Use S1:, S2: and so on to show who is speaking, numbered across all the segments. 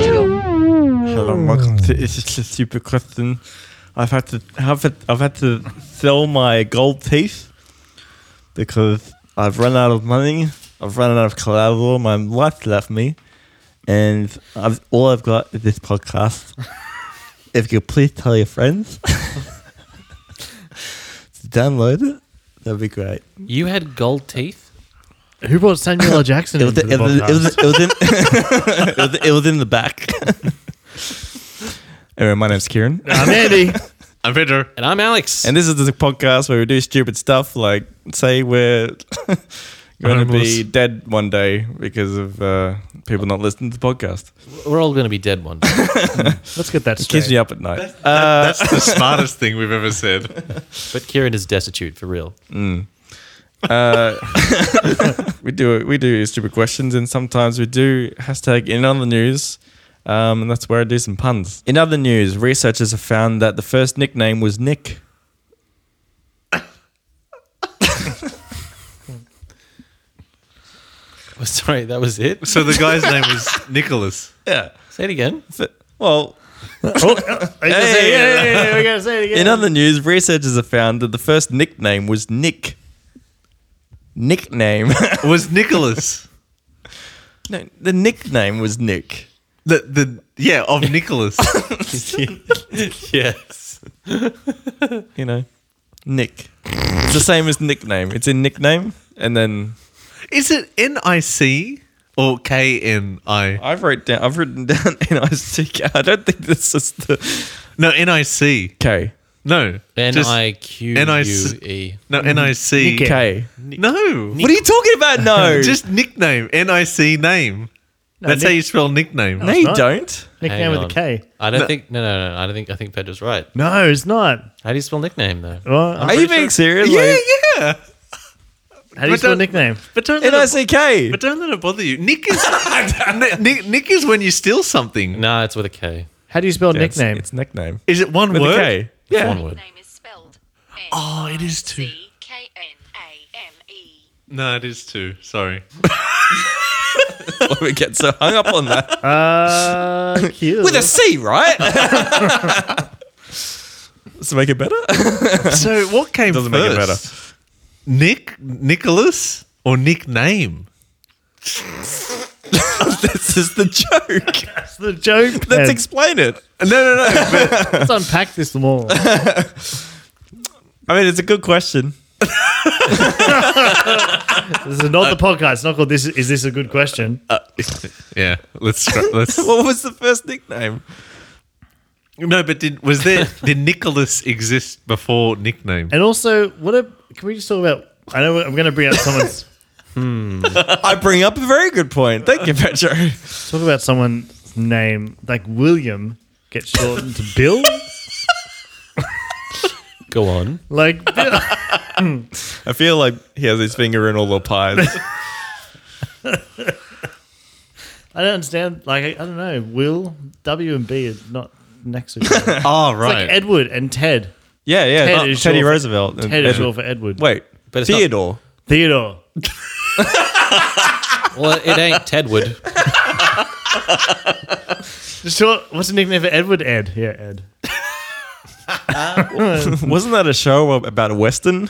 S1: Hello, and welcome to It's Just a Stupid Question. I've had to have it. I've had to sell my gold teeth because I've run out of money. I've run out of collateral. My life left me, and I've, all I've got is this podcast. if you please tell your friends to download it, that'd be great.
S2: You had gold teeth?
S3: Who brought Samuel L. Jackson
S1: It was,
S3: into the
S1: it, was, it, was,
S3: podcast?
S1: it, was in, it, was, it was in the back. anyway, my name's Kieran.
S3: I'm Andy.
S4: I'm Peter.
S2: And I'm Alex.
S1: And this is the podcast where we do stupid stuff, like say we're going to
S4: Homeless.
S1: be dead one day because of uh, people not listening to the podcast.
S2: We're all going to be dead one day.
S3: Let's get that
S1: It keeps
S3: straight.
S1: me up at night.
S4: That's the smartest thing we've ever said.
S2: But Kieran is destitute for real.
S1: we do we do stupid questions, and sometimes we do hashtag in other news. Um, and that's where I do some puns. In other news, researchers have found that the first nickname was Nick.
S2: Well, Sorry, that was it.
S4: So the guy's name was Nicholas.
S1: Yeah.
S2: Say it again.
S1: Well,
S3: Oh,
S1: Hey, hey, hey,
S3: We're going to say it again.
S1: in other news, researchers have found that the first nickname was Nick. Nickname.
S4: Was Nicholas
S1: No, the nickname was Nick.
S4: the the yeah of Nicholas?
S2: Yes.
S1: You know, Nick. It's the same as nickname. It's in nickname, and then
S4: Is it N I C or K N I?
S1: I've wrote down. I've written down N I C K. I don't think this is the
S4: No N I C.
S1: K.
S4: No
S2: N
S4: just-
S2: I Q
S4: N I
S2: U
S4: s-
S2: E.
S4: No N I C.
S3: Nick.
S1: K.
S4: No.
S1: What are you talking about? No,
S4: Just nickname N I C name. That's how
S3: Nick-
S4: you spell nickname.
S1: no,
S3: it's
S1: you
S3: not.
S1: don't.
S3: Nickname
S2: Hang
S3: with a
S2: on.
S3: K.
S2: I don't think. No, no, no. I don't think. I think Pedro's right.
S3: No, it's not.
S2: How do you spell nickname though?
S3: Well,
S1: Are you being serious?
S4: Yeah, yeah.
S3: how do you
S4: but
S3: spell
S4: don't-
S3: nickname?
S4: But don't
S1: N
S4: let
S1: I
S4: it,
S1: C K.
S4: but don't let it bother you. Nick is Ni- Nick, Nick is when you steal something.
S2: No, it's with a K.
S3: How do you spell nickname?
S1: It's, nickname.
S4: Is it one
S1: With a
S4: word?
S1: K.
S2: It's
S1: Yeah.
S2: one word.
S5: name is spelled.
S4: Oh, it is too.
S5: N-I-C-K-N-A-M-E.
S4: No, it is two. Sorry.
S1: we get so hung up on that.
S3: uh, cute.
S1: With a C, right? Does it make it better?
S4: So what came
S1: Doesn't make it
S4: first? Nick, Nicholas, or nickname?
S1: this is the joke.
S3: That's the joke.
S1: Let's
S3: man.
S1: explain it.
S4: No, no, no.
S3: Let's unpack this more.
S1: I mean, it's a good question.
S3: This is not
S1: Uh,
S3: the podcast. It's not called this. Is this a good question?
S4: yeah, let's try, let's.
S1: What was the first nickname?
S4: no, but did was there did Nicholas exist before nickname?
S3: and also, what a, can we just talk about? I know I'm going to bring up someone's
S1: I bring up a very good point. Thank you, Pedro.
S3: talk about someone's name like William gets shortened to Bill.
S2: Go on.
S3: Like Bill.
S1: I feel like he has his finger in all the pies.
S3: I don't understand. Like I, I don't know. Will W and B is not next to each other. It's
S4: Oh,
S3: like Edward and Ted.
S1: yeah, yeah.
S3: Ted
S1: not
S3: is
S1: Teddy
S3: short for-
S1: Roosevelt. and
S3: Ted is
S1: Edward.
S3: short for Edward.
S1: Wait,
S2: But it's not-
S1: Theodore.
S3: Theodore.
S2: Well, it ain't Tedward.
S3: Short. What's the nickname for Edward? Ed. Yeah, Ed.
S1: Wasn't that a show ab- about a Western?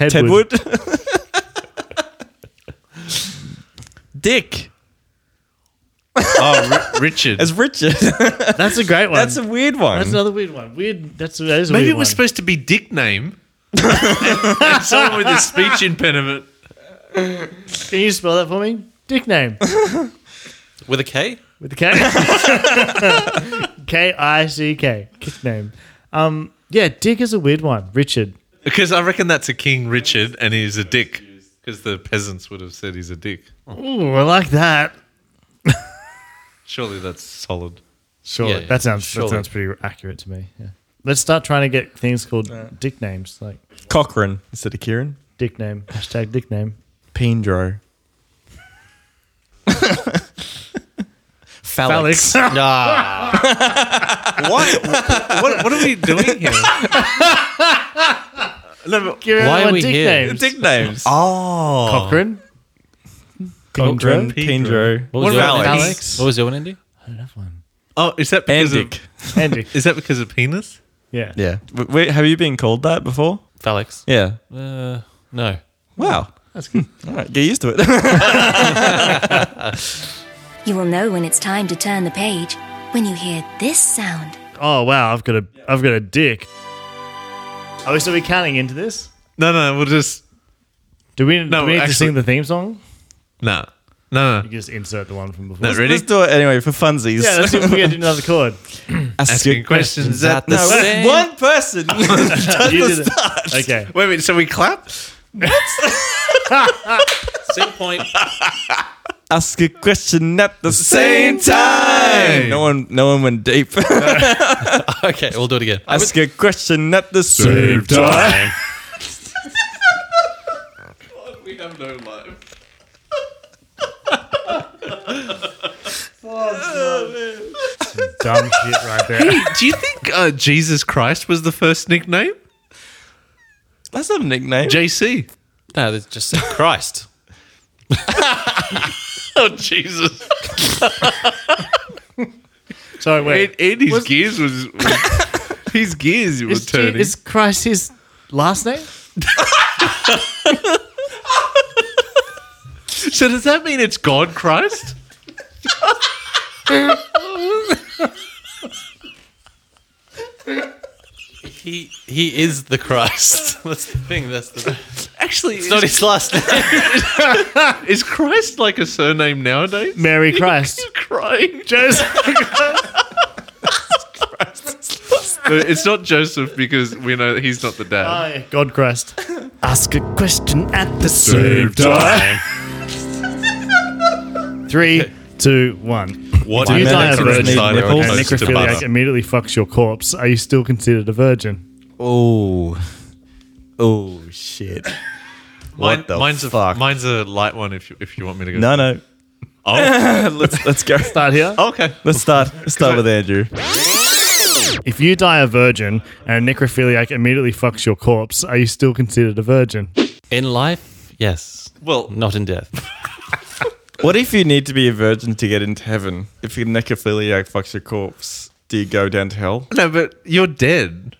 S3: Tedward.
S1: Tedwood? Dick.
S4: oh, Ri- Richard.
S1: As Richard.
S3: That's a great one.
S1: That's a weird one.
S3: That's another weird one. Weird. That's that is a
S4: Maybe
S3: weird
S4: it was
S3: one.
S4: supposed to be Dick name. and someone with a speech impediment.
S3: Can you spell that for me? Dick name
S2: With a K?
S3: with the K. K I C K. Kick name. Um. Yeah, Dick is a weird one. Richard.
S4: Because I reckon that's a King Richard and he's a dick. Because the peasants would have said he's a dick.
S3: Ooh, I like that.
S4: Surely that's solid.
S3: Sure,
S2: Yeah, yeah,
S3: that sounds
S2: surely.
S3: that sounds pretty accurate to me. Yeah. Let's start trying to get things called dick names, like
S1: Cochrane instead of Kieran.
S3: dick name hashtag dick name.
S1: Pendro. Phallic.
S2: Nah.
S4: What? what? What are we doing here? no, but-
S3: Give
S2: Why are
S3: everyone
S2: we
S3: dick
S2: here?
S3: names.
S1: Dick names.
S4: oh,
S3: Cochrane,
S1: Condren, Pendro.
S2: What was
S4: What
S2: your
S4: about
S2: one, Andy?
S4: Alex?
S2: What was your one, Andy?
S3: I don't have one.
S4: Oh, is that because
S1: Bandic.
S4: of
S3: Andy.
S4: is that because of penis?
S3: Yeah.
S1: Yeah. W- Wait, have you been called that before?
S2: Phalanx.
S1: Yeah.
S2: Uh, no.
S1: Wow.
S3: That's good.
S1: All right, get used to it.
S5: You will know when it's time to turn the page when you hear this sound.
S3: Oh wow, I've got a I've got a dick. Oh, so we're counting into this?
S4: No, no, we'll just
S3: Do we, do
S4: No,
S3: we need to
S4: actually-
S3: sing the theme song?
S4: nah. No, no.
S3: You just insert the one from before.
S4: No, ready?
S1: Let's do it anyway for funsies.
S3: Yeah, let's see if we get another chord.
S4: Asking questions at the
S1: No, that's
S2: same-
S1: one person.
S3: you did it. Okay.
S4: Wait a minute, so we clap?
S2: Same point.
S1: Ask a question at the same time. No one, no one went deep.
S2: okay, we'll do it again.
S1: Ask a question at the same time.
S4: time.
S2: We have no life.
S3: Dumb shit right there.
S4: Do you think uh, Jesus Christ was the first nickname?
S1: That's not a nickname.
S4: JC.
S2: No, it's just said Christ.
S4: Oh Jesus!
S3: Sorry, wait.
S4: And, and his gears was, was his gears were
S3: Is, Je-
S4: turning.
S3: is Christ his last name?
S4: so does that mean it's God Christ?
S2: He he is the Christ. That's the thing. That's the.
S4: Actually, is,
S2: It's not his last name.
S4: is Christ like a surname nowadays?
S3: Mary Christ.
S4: Crying.
S3: Joseph.
S4: it's not Joseph because we know he's not the dad.
S3: Hi, God Christ. Ask a question at the
S4: Same
S3: same time. Three, two, one.
S4: What
S3: Do you
S1: man,
S3: die a
S1: that's
S4: Red
S3: virgin?
S1: amazing.
S4: cider
S1: Nipples.
S4: goes to
S3: Necrophiliac
S4: butter.
S3: immediately fucks your corpse. Are you still considered a virgin?
S1: Oh, oh shit.
S4: Mine,
S1: What the
S4: mine's
S1: fuck?
S4: a mine's a light one. If you, if you want me to go,
S1: No, no. Oh, let's let's go.
S3: Start here.
S4: Okay.
S1: Let's start. Let's start with Andrew.
S3: If you die a virgin and a necrophiliac immediately fucks your corpse, are you still considered a virgin?
S2: In life, yes.
S4: Well,
S2: Not in death.
S1: What if you need to be a virgin to get into heaven? If your necrophiliac fucks your corpse, do you go down to hell?
S4: no, but you're dead.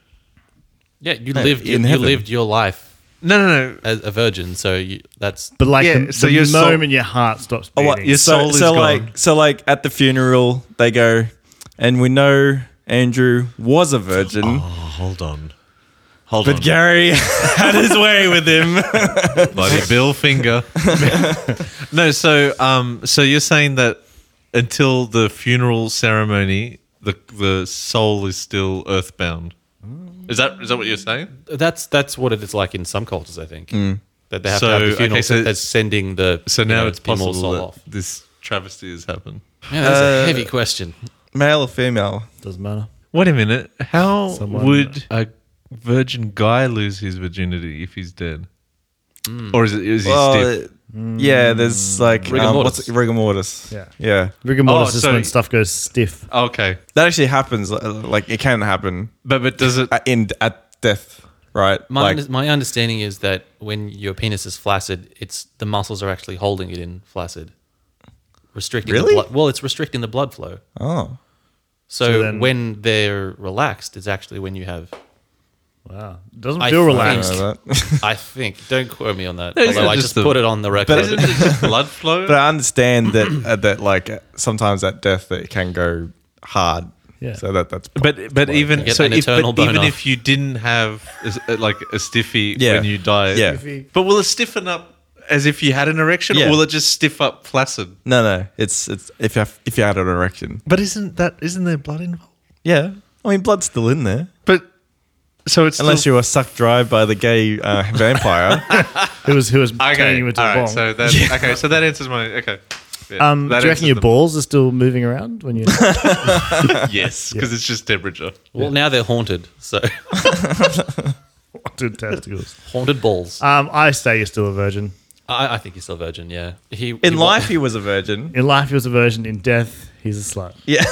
S2: Yeah, you lived
S1: in
S2: you,
S1: heaven.
S2: lived your life
S4: No, no, no.
S2: as a virgin, so you, that's
S3: But like
S4: Yeah,
S3: the,
S4: so
S3: the
S4: your
S3: moment
S4: soul-
S3: your heart stops
S1: Oh,
S3: beating.
S1: what?
S4: Your
S1: so,
S4: soul is
S1: so
S4: gone.
S1: like so like at the funeral they go, and we know Andrew was a virgin,
S4: Hold on. Hold
S1: but Gary had his way with him.
S4: Bloody Bill Finger. no, so um, so you're saying that until the funeral ceremony, the the soul is still earthbound. Is that is that what you're saying?
S2: that's that's what it is like in some cultures. I think that they
S4: Mm.
S2: have
S4: So,
S2: to have the funeral
S4: okay, so-
S2: that's sending the
S4: So
S2: you
S4: now
S2: know,
S4: it's
S2: immortal
S4: possible
S2: soul
S4: that Uh,
S2: off.
S4: this travesty has happened.
S2: Yeah, that's a heavy question.
S1: Male or female?
S3: Doesn't matter.
S4: Wait a minute. How
S3: Someone-
S4: would a virgin guy lose his virginity if he's dead? Or is it is he
S1: Well,
S4: stiff?
S1: it- Oh, yeah, there's like
S2: Rigor
S1: um,
S2: mortis.
S1: what's it- rigor mortis.
S3: Yeah.
S1: yeah,
S3: Rigor mortis
S4: Oh,
S3: is
S4: so-
S3: when stuff goes stiff.
S4: Okay.
S1: that actually happens. uh, Like it can happen
S4: But but does it
S1: at, in uh, at death, right?
S2: My
S1: like,
S2: under- my understanding is that when your penis is flaccid, it's the muscles are actually holding it in flaccid, restricting
S1: Really?
S2: the blood. Well, it's restricting the blood flow.
S1: oh,
S2: So,
S3: then-
S2: when they're relaxed, is actually when you have.
S3: Wow. Doesn't
S2: I
S3: feel
S2: think-
S1: I
S3: relaxed.
S1: don't know that.
S2: I think. Don't quote me on that.
S4: Isn't
S2: although
S4: it
S2: I
S4: just
S2: just
S4: the-
S2: put it on the record.
S4: isn't it just blood flow?
S1: but I understand that uh, that like sometimes at death that it can go hard.
S3: Yeah.
S1: So that that's
S4: But but even
S2: get
S4: so,
S2: an
S4: if, but
S2: eternal
S4: even
S2: boner.
S4: if you didn't have a, like a stiffy
S1: Yeah.
S4: when you die,
S1: Yeah.
S4: But will it stiffen up as if you had an erection,
S1: Yeah.
S4: or will it just stiff up flaccid?
S1: no no it's it's if you have, if you had an erection
S4: But isn't that isn't there blood involved?
S1: yeah I mean blood's still in there
S4: But so it's
S1: unless
S4: still,
S1: you were sucked dry by the gay uh, vampire
S3: Who was who was turning
S4: okay.
S3: you
S4: All
S3: into a
S4: right,
S3: bong?
S4: so that okay, so that answers my okay. Yeah,
S3: um, do
S4: that answers
S3: you reckon your
S4: the-
S3: balls are still moving around when you?
S4: Yes, because it's just temperature.
S2: well, now they're haunted. So
S3: Dude, testicles.
S2: haunted balls.
S3: Um, I say you're still a virgin.
S2: I, I think he's still a virgin. Yeah. He
S1: in
S2: he wa-
S1: life he was a virgin
S3: In life, he was a virgin. In death, he's a slut.
S1: yeah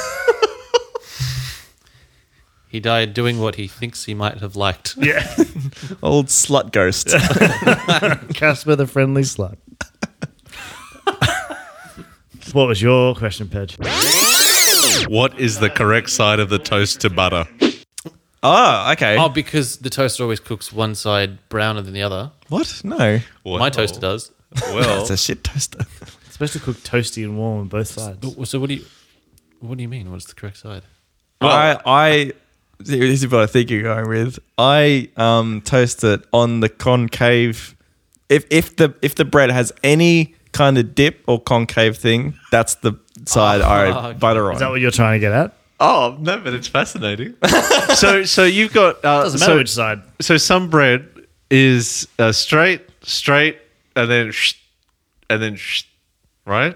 S2: he died doing what he thinks he might have liked.
S3: Yeah.
S1: old slut ghost
S3: Casper the friendly slut. What was your question, Pedge?
S4: What is the correct side of the toast to butter?
S1: Oh, okay.
S2: Oh, because the toaster always cooks one side browner than the other.
S1: what? No.
S2: My toaster
S4: Oh.
S2: does.
S4: Well,
S1: That's a shit toaster.
S3: It's supposed to cook toasty and warm on both sides.
S2: So what do you what do you mean? What's the correct side?
S1: I, I, this is what I think you're going with. I um, toast it on the concave. If if the if the bread has any kind of dip or concave thing, that's the side I
S2: fuck.
S1: butter on.
S3: Oh, Is that what you're trying to get at?
S4: oh no, but it's fascinating. so, so you've got uh,
S3: Doesn't matter
S4: so,
S3: which side.
S4: so some bread is uh, straight, straight, and then sh- and then sh- right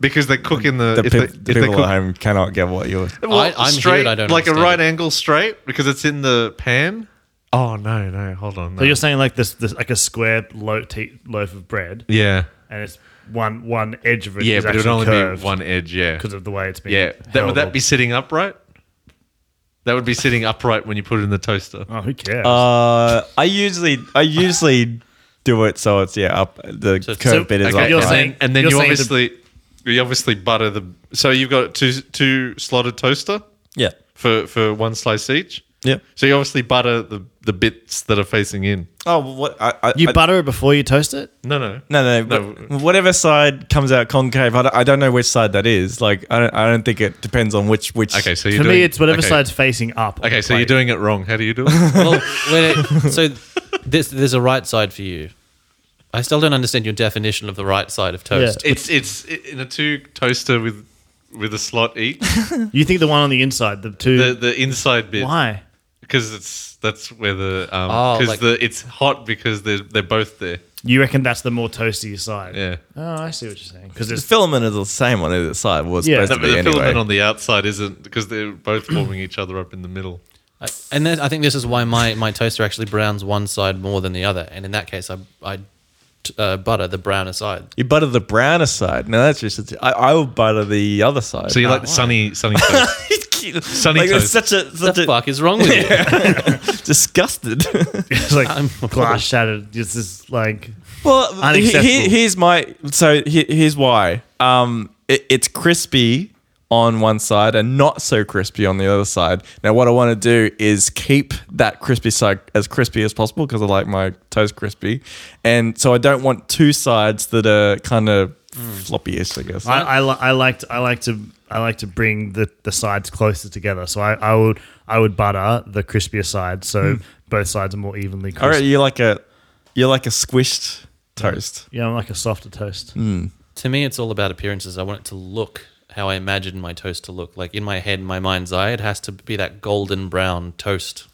S4: because they cook in Uh, the,
S1: the,
S4: if
S1: peop-
S4: they,
S1: the
S4: if they
S1: people
S4: cook
S1: at home cannot get what you're.
S4: well,
S2: I- I'm here
S4: straight
S2: and I don't
S4: like a
S2: understand
S4: right
S2: it.
S4: angle straight because it's in the pan. Oh no, no, hold on.
S3: So
S4: no.
S3: you're saying like this, this like a square loaf, te- loaf of bread,
S4: yeah,
S3: and it's one one edge of it.
S4: yeah,
S3: is
S4: but it would
S3: actually
S4: only
S3: curved
S4: be one edge. Yeah,
S3: because of the way it's been.
S4: yeah. That, would that
S3: held.
S4: be sitting upright? That would be sitting upright when you put it in the toaster.
S3: Oh, who cares?
S1: Uh, I usually I usually do it so it's yeah up the
S2: So-
S1: curved
S2: so-
S1: bit is
S3: okay,
S1: up.
S3: you're
S4: and,
S1: right.
S3: saying-
S4: then, and then
S3: you're
S4: you
S3: saying the-
S4: obviously you obviously butter the. So you've got two two slotted toaster
S1: yeah
S4: for for one slice each.
S1: yeah.
S4: So you obviously butter the the bits that are facing in.
S1: Oh well, what I, I,
S3: you
S1: I-
S3: butter it before you toast it.
S4: No, no,
S1: No, no,
S4: No.
S1: no. Whatever side comes out concave, I don't, I don't know which side that is. Like, I don't, I don't think it depends on which which.
S4: Okay, so
S3: For
S4: you're
S3: me,
S4: doing-
S3: it's whatever
S4: okay.
S3: side's facing up. on
S4: Okay,
S3: the
S4: so you're
S3: plate.
S4: doing it wrong. How do you do it?
S2: Well, wait, wait, so there's there's a right side for you. I still don't understand your definition of the right side of toast.
S4: it's it's in a two toaster with with a slot each.
S3: You think the one on the inside, the two?
S4: the the inside bit
S3: why?
S4: because it's that's where the
S2: Oh,
S4: um because
S2: like-
S4: the it's hot because they're they're both there.
S3: You reckon that's the more toasty side?
S4: Yeah.
S3: Oh, I see what you're saying. Because
S1: the
S3: it's
S1: filament is the same on either side. Well, it's
S3: Yeah.
S1: supposed
S4: No,
S1: to
S4: but
S1: be
S4: the
S1: anyway.
S4: filament on the outside isn't because they're both forming each other up in the middle.
S2: I, and then I think this is why my, my toaster actually browns one side more than the other. And in that case, I, I t- uh, butter the browner side.
S1: you butter the browner side. No, that's just. I, I would butter the other side.
S4: So you like the sunny sunny toast. sunny
S1: like it's
S4: toast.
S1: such a
S2: What
S1: such
S2: the
S1: a
S2: fuck is wrong with you?
S1: disgusted.
S3: it's like
S2: I'm-
S3: glass shattered. It's just like
S1: well, he-
S3: Unacceptable.
S1: he- here's my. So he- here's why. Um, it, it's crispy on one side and not so crispy on the other side. Now, what I want to do is keep that crispy side as crispy as possible because I like my toast crispy, and so I don't want two sides that are kind of
S4: Mm.
S1: floppy-ish. I guess.
S3: I, I, li- I like to I like to I like to bring the, the sides closer together. So I, I would I would butter the crispier side so
S4: Hmm.
S3: both sides are more evenly
S1: All
S3: crisp.
S1: right, you're like a you're like a squished toast.
S3: Yeah, I'm like a softer toast.
S4: Hmm.
S2: to me, it's all about appearances. I want it to look how I imagine my toast to look. Like in my head, in my mind's eye, it has to be that golden brown toast.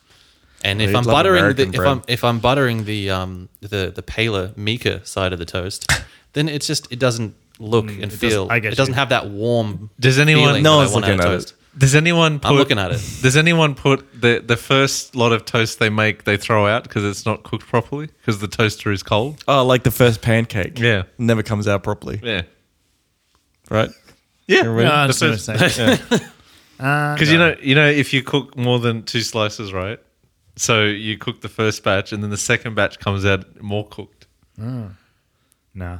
S2: And if
S1: you'd
S2: I'm
S1: love
S2: buttering the
S1: American
S2: if
S1: bread.
S2: I'm if I'm buttering the um the the paler meeker side of the toast, then it's just it doesn't look and
S3: doesn't-
S2: feel.
S3: I get
S2: it doesn't
S3: you.
S2: have that warm.
S4: Does anyone-
S2: feeling
S1: No
S2: that I
S1: one's
S2: want out of
S1: looking at it.
S2: toast.
S4: Does anyone put
S2: I'm looking at it.
S4: Does anyone put the the first lot of toast they make they throw out because it's not cooked properly because the toaster is cold?
S1: Oh, like the first pancake.
S4: Yeah.
S1: Never comes out properly,
S4: Yeah.
S1: right?
S4: Yeah.
S1: Everybody-
S3: I understand
S4: That's
S3: what you're saying.
S4: Because you know, you know, if you cook more than two slices, right? So you cook the first batch, and then the second batch comes out more cooked.
S3: nah.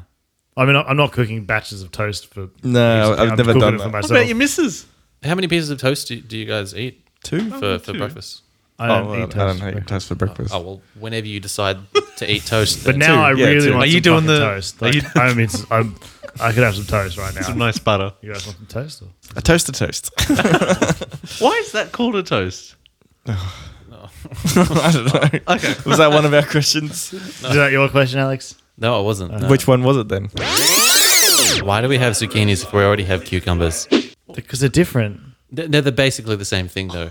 S3: I mean, I- I'm not cooking batches of toast for.
S1: No, I've
S3: I'm
S1: never
S3: cooking
S1: done
S3: it for
S1: that.
S4: What
S3: myself.
S4: about your missus?
S2: How many pieces of toast do, do you guys eat
S1: Two.
S2: for, for breakfast?
S3: I don't
S1: oh,
S3: eat
S1: well,
S3: toast.
S1: I don't hate toast for breakfast.
S2: Oh well, whenever you decide to eat toast.
S3: But
S2: then-
S3: now I
S1: yeah,
S3: really
S1: two.
S3: want
S4: Are
S3: some
S4: you doing
S3: fucking
S4: the-
S3: toast.
S4: are
S3: Like,
S4: you-
S3: I mean, it's- I'm, I could have some toast right
S4: Some
S3: now.
S4: nice butter.
S3: You guys want some toast? Or?
S1: A toaster toast.
S4: Why is that called a toast?
S1: I don't know. Okay. Was that one of our questions?
S3: Is that your question, Alex?
S2: no, I wasn't. no.
S1: Which one was it then?
S2: Why do we have zucchinis if we already have cucumbers?
S3: Because they're different.
S2: They're, they're the- basically the same thing, though.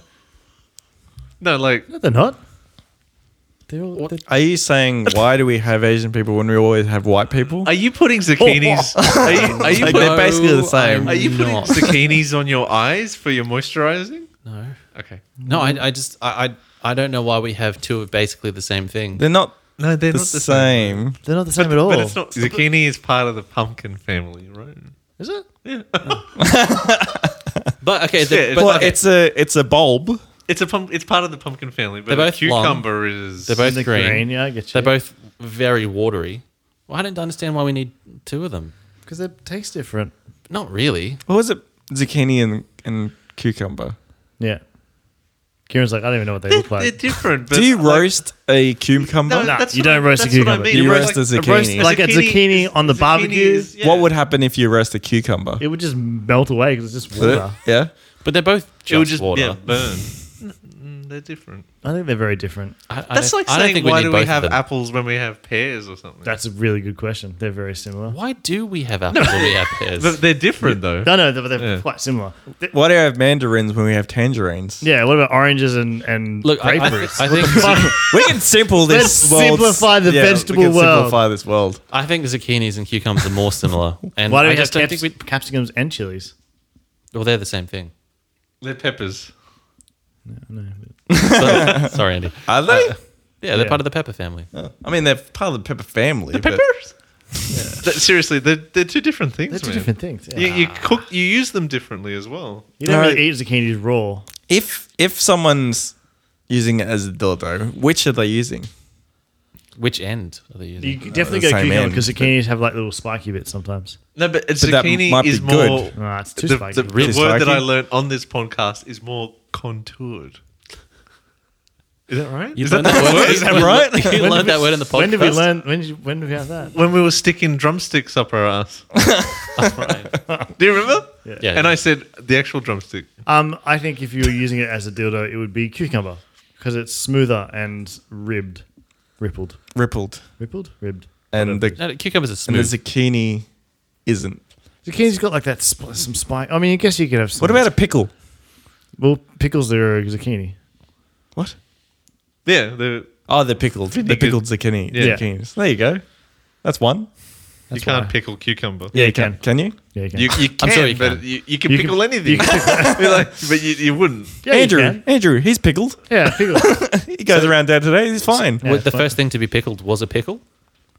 S4: No, like
S3: No, they're not. They're all. they're-
S1: Are you saying why do we have Asian people when we always have white people?
S4: are you putting zucchinis? are you, are you putting,
S1: Like, they're basically the
S2: No,
S1: same.
S2: I'm
S4: are you putting
S2: not.
S4: zucchinis on your eyes for your moisturizing?
S2: No,
S4: Okay.
S2: no. I, I just I, I I don't know why we have two of basically the same thing.
S1: They're not
S4: No, they're
S1: the,
S4: not the same.
S1: same.
S3: They're not the same at all.
S4: But it's not. Zucchini is part of the pumpkin family, right?
S3: Is it?
S2: But okay, the,
S4: Yeah,
S2: but,
S1: well,
S2: okay,
S1: it's a it's a bulb.
S4: It's a pump. It's part of the pumpkin family, but
S2: They're
S4: a
S2: both long.
S4: cucumber is.
S2: they're both
S3: The
S2: green.
S3: green. yeah, I get you.
S2: They're both very watery. Well, I don't understand why we need two of them.
S3: because they taste different.
S2: Not really.
S1: What was it? Zucchini and, and cucumber.
S3: Yeah. Kieran's like, I don't even know what they look
S4: They're
S3: like.
S4: different. But
S1: Do you
S4: like-
S1: roast a cucumber?
S3: No,
S4: that's
S3: you
S4: what I-
S3: don't roast a
S4: that's what I
S3: cucumber.
S4: mean.
S1: You
S4: Like-
S1: roast a
S4: roast-
S1: zucchini.
S3: Like a zucchini on the
S4: zucchini
S3: barbecue?
S4: is- yeah.
S1: What would happen if you roast a cucumber?
S3: It would just melt away because it's just
S1: Would it?
S3: water.
S1: Yeah.
S2: But they're both
S4: it would
S2: just,
S4: just
S2: water.
S4: yeah burn? Mm, They're different.
S3: I think they're very different.
S2: I, I
S4: That's
S2: don't-
S4: like
S2: I don't
S4: saying
S2: think we
S4: why
S2: need
S4: do we
S2: both of
S4: have
S2: them.
S4: apples when we have pears or something?
S3: That's a really good question. They're very similar.
S2: Why do we have apples when we have pears?
S4: But they're different though.
S3: No, no, they're, they're
S4: Yeah.
S3: quite similar. They-
S1: Why do we have mandarins when we have tangerines?
S3: yeah, what about oranges and, and
S2: Look, I, I,
S3: grapefruit?
S2: I think
S1: We can simple this.
S3: Let's
S1: world's-
S3: simplify the vegetable
S1: we can
S3: world.
S1: Simplify this world.
S2: I think zucchinis and cucumbers are more similar. And
S3: Why do
S2: I
S3: we have
S2: just don't
S3: caps-
S2: think
S3: capsicums and chilies?
S2: we? Well, they're the same thing.
S4: They're peppers.
S2: So- sorry, Andy.
S1: Are they?
S3: Uh,
S1: Oh.
S2: Yeah, they're
S3: Yeah.
S2: part of the pepper family.
S1: I mean, they're part of the pepper family. but-
S4: Peppers. That- seriously, they're, they're two different things.
S3: They're two
S4: man.
S3: different things. Yeah.
S4: You,
S3: You,
S4: you cook, you use them differently as well.
S3: don't
S1: No.
S3: really eat zucchinis raw.
S1: if if someone's using it as a dildo, which are they using?
S2: Which end are they using?
S3: You definitely
S1: the
S3: go
S1: same
S3: cucumber
S1: end,
S3: because
S1: but-
S3: zucchinis have like little spiky bits sometimes.
S4: No, but,
S1: But that
S4: zucchini
S1: might be
S4: is
S1: good.
S4: more.
S3: Nah, it's too
S4: The,
S3: spiky.
S4: the, the
S1: Too
S4: word that
S1: spiky?
S4: I learned on this podcast is more contoured. Is that right?
S2: You
S4: is that
S2: learned that word-
S4: Is that
S2: you
S4: right?
S2: learned- You
S3: When
S2: learned
S3: did
S2: that
S3: we-
S2: word in the podcast.
S3: When did we learn? When did, you- when did we have that?
S4: when we were sticking drumsticks up our ass. Do you remember?
S2: Yeah.
S4: And I said the actual drumstick.
S3: Um, I think if you were using it as a dildo, it would be cucumber because it's smoother and ribbed, rippled,
S1: Rippled,
S3: rippled, ribbed.
S1: and the
S2: No, cucumbers are
S1: and the
S2: smooth.
S1: zucchini isn't.
S3: Zucchini's got like that sp- some spike. I mean, I guess you could have. Some
S1: What about a pickle?
S3: well pickles? There are zucchini.
S1: What?
S4: Yeah, the,
S1: Oh, they're pickled. They're
S4: Vinegar.
S1: pickled zucchini.
S4: Yeah.
S1: Zucchinis. There you go. That's one.
S4: you
S3: That's
S4: can't
S3: why.
S4: pickle cucumber.
S1: Yeah,
S3: you can.
S1: Can you?
S3: Yeah, you can.
S4: You, you can,
S2: I'm sure you
S4: but
S2: can.
S4: You, you can
S3: You can-
S4: pickle anything.
S3: you
S4: You're like, but you, you wouldn't.
S3: yeah, you
S1: Andrew,
S3: can.
S1: Andrew, he's pickled.
S3: Yeah, pickles.
S1: He goes around dad today. He's fine.
S2: Well,
S3: Yeah,
S2: the
S3: it's fine.
S2: first thing to be pickled was a pickle,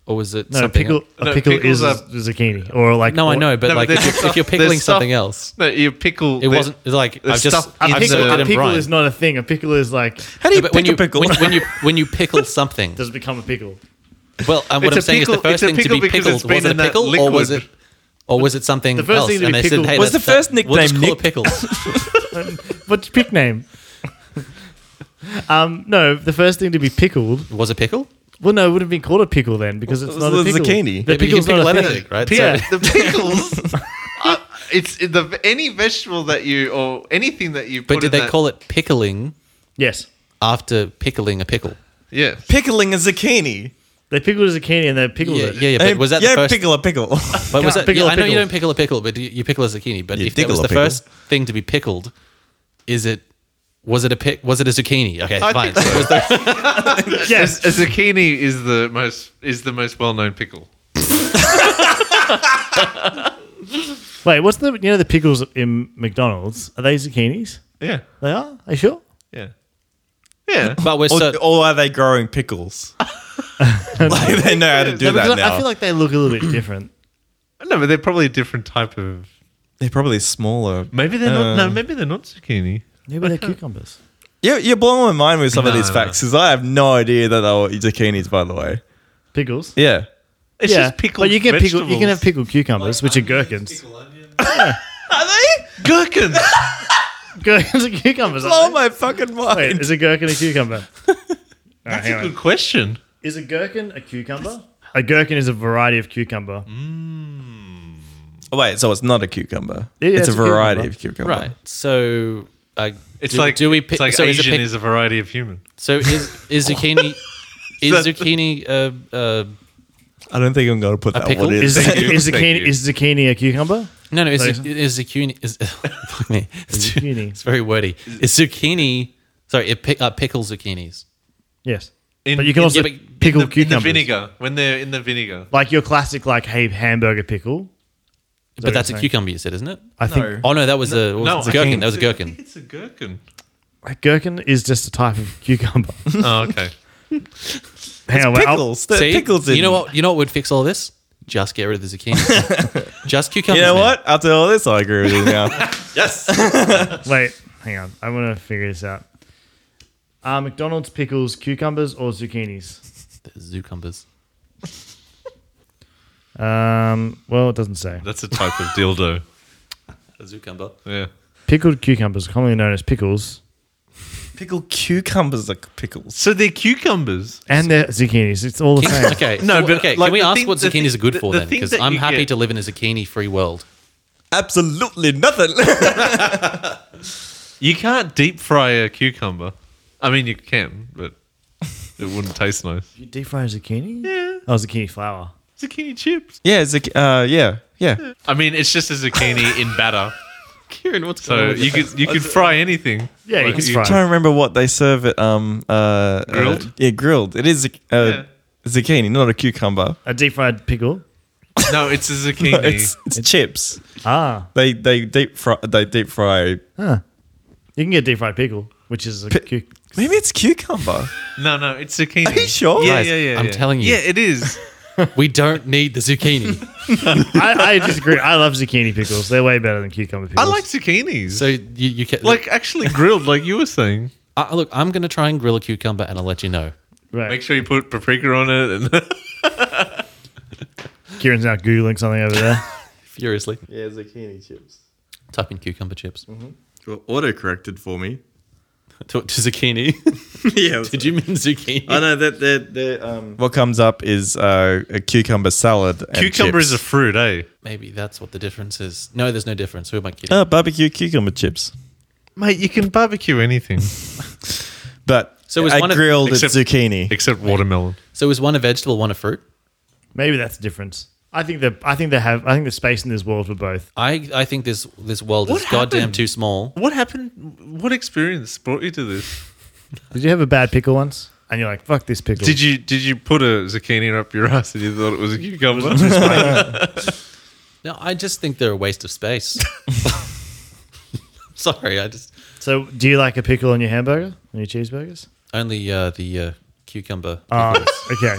S2: or was it
S3: No, a
S2: something
S3: pickle.
S2: else?
S3: A
S4: No,
S3: pickle
S4: pickles
S3: is a
S4: are-
S3: zucchini or like.
S2: No, I
S3: or-
S2: know, but
S4: No,
S2: like
S4: but
S2: if,
S4: there's
S2: you're, if
S4: stuff-
S2: you're
S4: there's
S2: pickling
S4: stuff-
S2: something else,
S4: No, you pickle.
S2: it wasn't. It's like
S4: there's
S2: I've just
S4: stuff
S2: I've
S4: in
S2: just
S4: the-
S3: Pickle,
S2: did
S3: a
S2: in
S3: pickle
S2: brine.
S3: is not a thing. A pickle is like
S1: How do you
S2: but
S1: pick
S2: when you,
S1: a pickle?
S2: When, when you when you pickle something,
S3: does it become a pickle.
S2: well, and
S4: It's
S2: what I'm
S4: a
S2: saying is
S4: pickle-
S2: the first
S4: it's a
S2: thing to
S4: pickle
S2: be
S4: because
S2: pickled
S4: it's been
S2: was it
S4: in
S2: a
S4: that
S2: pickle, or was it
S4: liquid.
S2: or was it something
S3: The first
S2: else?
S3: thing to
S2: and
S3: be
S2: they
S3: pickled-
S2: said, "Hey,
S1: What's
S2: that's
S1: the first
S2: that, we'll just
S1: nickname,
S2: call it
S1: Nick?
S2: pickles."
S3: What's your pick name? um, no, the first thing to be pickled.
S2: was a pickle?
S3: Well, no, it would have been called a pickle then because it's
S1: It was
S3: not a
S1: the
S3: pickle.
S1: zucchini.
S3: The
S2: Yeah, but you
S3: pickle's
S2: can
S3: not
S2: pickle
S3: a thing.
S2: anything, right?
S3: Yeah.
S4: the pickles. uh, it's in the any vegetable that you or anything that you.
S2: But
S4: put
S2: did
S4: in
S2: they
S4: that,
S2: call it pickling
S3: yes,
S2: after pickling a pickle?
S4: Yeah.
S1: pickling a zucchini?
S3: they pickled a zucchini and they pickled
S2: Yeah,
S3: it.
S2: yeah, yeah.
S4: Um,
S2: But was that
S1: yeah,
S2: the first?
S1: pickle a pickle?
S2: But was
S3: Can't
S2: that,
S3: pickle
S2: yeah,
S3: a
S2: I know you
S3: pickle.
S2: don't pickle a pickle, but you, you pickle a zucchini. But
S1: You
S2: if that was
S1: tickle a
S2: the
S1: pickle.
S2: first thing to be pickled, is it? Was it a pick? Was it a zucchini? Okay,
S4: I
S2: fine.
S4: think so.
S2: So was the-
S3: Yes,
S4: A zucchini is the most is the most well known pickle.
S3: Wait, what's the you know the pickles in McDonald's? Are they zucchinis?
S4: Yeah.
S3: They are. Are you sure?
S4: Yeah. Yeah.
S2: but we're
S1: or,
S2: so,
S1: or are they growing pickles? like they know how to do
S3: No, because
S1: that
S3: I-
S1: now.
S3: I feel like they look a little bit different.
S4: No, but they're probably a different type of.
S1: They're probably smaller.
S4: Maybe they're not.
S1: Uh.
S4: No, maybe they're not zucchini.
S3: Maybe they're cucumbers.
S1: You're, you're blowing my mind with some of
S4: No,
S1: these
S4: no.
S1: facts because I have no idea that they were zucchinis, by the way.
S3: Pickles.
S1: Yeah.
S4: It's
S3: yeah,
S4: just pickled.
S3: But you can pickle. You
S4: vegetables.
S3: can have pickled cucumbers, which are gherkins.
S1: Are they?
S4: gherkins.
S3: Gherkins are cucumbers.
S1: Blow
S3: aren't they?
S1: my fucking mind.
S3: Wait, is a gherkin a cucumber? Alright,
S4: That's
S3: hang
S4: a
S3: on.
S4: good question.
S3: Is a gherkin a cucumber? A gherkin is a variety of cucumber.
S4: Mm.
S1: Oh, wait, so it's not a cucumber.
S3: Yeah, yeah,
S1: it's,
S3: it's
S1: a
S3: a
S1: variety
S3: cucumber.
S1: of cucumber.
S2: right. So uh,
S4: It's
S2: do,
S4: like
S2: do we? Pick,
S4: It's like
S2: so is, a
S4: Asian
S2: pick,
S4: is a variety of human.
S2: so is is zucchini? is zucchini uh, uh,
S1: I don't think I'm going to put that
S2: pickle?
S1: one in.
S3: Is,
S4: Thank you,
S3: is,
S4: thank
S3: zucchini,
S4: you.
S3: is zucchini a cucumber?
S2: No, no, is,
S3: Like-
S2: is zucchini. Is, fuck me. It's, too-
S3: Zucchini.
S2: it's very wordy. Is zucchini. Sorry, it pick, uh, pickle zucchinis.
S3: Yes.
S4: In-
S3: but you can
S4: in-
S3: also
S2: yeah,
S3: pickle
S4: in the,
S2: but in
S3: pickle
S4: in the
S3: cucumbers.
S4: vinegar when they're in the vinegar.
S3: Like your classic, like, hey, hamburger pickle.
S2: But that's a
S3: saying?
S2: cucumber, you said, isn't it?
S3: I think
S1: No.
S2: Oh, no, that was a, what was
S4: no,
S2: it? It's a
S4: I
S2: gherkin.
S4: think
S2: That was a
S4: it's I
S2: gherkin.
S4: think it's a gherkin.
S3: a gherkin is just a type of cucumber.
S4: oh, okay.
S3: Hang on, wait, I'll-
S1: Pickles. They're
S2: See,
S1: pickles in.
S2: you know what? You know what would fix all this? Just get rid of the zucchini. Just cucumbers.
S1: You know
S2: man.
S1: what? After all this, I agree with you now.
S3: Wait, hang on. I want to figure this out. Are McDonald's pickles cucumbers or zucchinis?
S2: The zucumbers.
S3: Um, well, it doesn't say.
S4: That's a type of dildo.
S2: a cucumber.
S4: Yeah.
S3: Pickled cucumbers, commonly known as pickles,
S1: Pickled cucumbers are pickles.
S4: So they're cucumbers.
S3: and they're zucchinis. It's all the same.
S2: Okay,
S4: No,
S2: no,
S4: but,
S2: but okay.
S4: like,
S2: can we
S4: the
S2: ask
S4: thing-
S2: what
S4: the
S2: zucchinis
S4: thing-
S2: are good
S4: the-
S2: for
S4: the
S2: then?
S4: thing
S2: Because
S4: that
S2: I'm
S4: you
S2: happy
S4: get-
S2: to live in a zucchini-free world.
S1: Absolutely nothing.
S4: You can't deep fry a cucumber. I mean, you can, but it wouldn't taste nice.
S3: You deep fry a zucchini?
S4: Yeah,
S3: Oh, zucchini flour.
S4: zucchini chips.
S1: yeah, it's a, uh, yeah, yeah.
S4: I mean, it's just a zucchini in batter.
S2: Kieran, what's
S4: So you could you could fry anything.
S3: Yeah, you
S4: Like,
S3: can
S1: I'm
S3: fry.
S1: trying to remember what they serve it. Um, uh,
S4: Grilled?
S1: uh, yeah, grilled. It is a, uh,
S4: Yeah.
S1: zucchini, not a cucumber.
S3: A deep fried pickle.
S4: No, it's a zucchini.
S1: It's, it's chips.
S3: Ah,
S1: They they deep fry. They deep fry.
S3: huh. You can get deep fried pickle, which is a
S1: Pi-
S3: cuc-
S1: Maybe it's cucumber.
S4: no, no, it's zucchini.
S1: Are you sure?
S4: Yeah,
S1: Guys,
S4: yeah, yeah.
S2: I'm
S4: yeah.
S2: telling you.
S4: Yeah, it is.
S2: We don't need the zucchini.
S3: I, I disagree. I love zucchini pickles. They're way better than cucumber
S4: I
S3: pickles.
S4: like zucchinis.
S2: so you, you can
S4: like actually grilled, like you were saying.
S2: I, look, I'm gonna try and grill a cucumber, and I'll let you know.
S3: Right.
S4: Make sure you put paprika on it. And
S3: Kieran's now googling something over there.
S2: Furiously,
S1: Yeah, zucchini chips.
S2: type in cucumber chips
S4: Mm-hmm.
S1: Well, auto corrected for me.
S2: to, to zucchini.
S1: yeah.
S2: Did you mean zucchini?
S1: know that they're, they're um. What comes up is uh, a cucumber salad. And
S4: cucumber is a fruit, eh?
S2: Maybe that's what the difference is. No, there's no difference. Who am I kidding?
S1: uh, barbecue cucumber chips.
S4: Mate, you can barbecue anything
S1: But
S2: So
S1: so
S2: is
S1: I
S2: one of-
S1: grilled a
S4: Except-
S1: zucchini.
S4: except watermelon.
S2: so is one a vegetable, one a fruit?
S3: Maybe that's the difference. I think that I think they have. I think the space in this world for both.
S2: I I think this this world is
S4: What
S2: goddamn
S4: happened?
S2: too small.
S4: What happened? What experience brought you to this?
S3: Did you have a bad pickle once? And you're like, fuck this pickle.
S4: Did you did you put a zucchini up your ass and you thought it was a cucumber?
S2: No, I just think they're a waste of space. Sorry, I just
S3: So, do you like a pickle on your hamburger? On your cheeseburgers?
S2: only uh, the uh, cucumber.
S3: Ah, okay.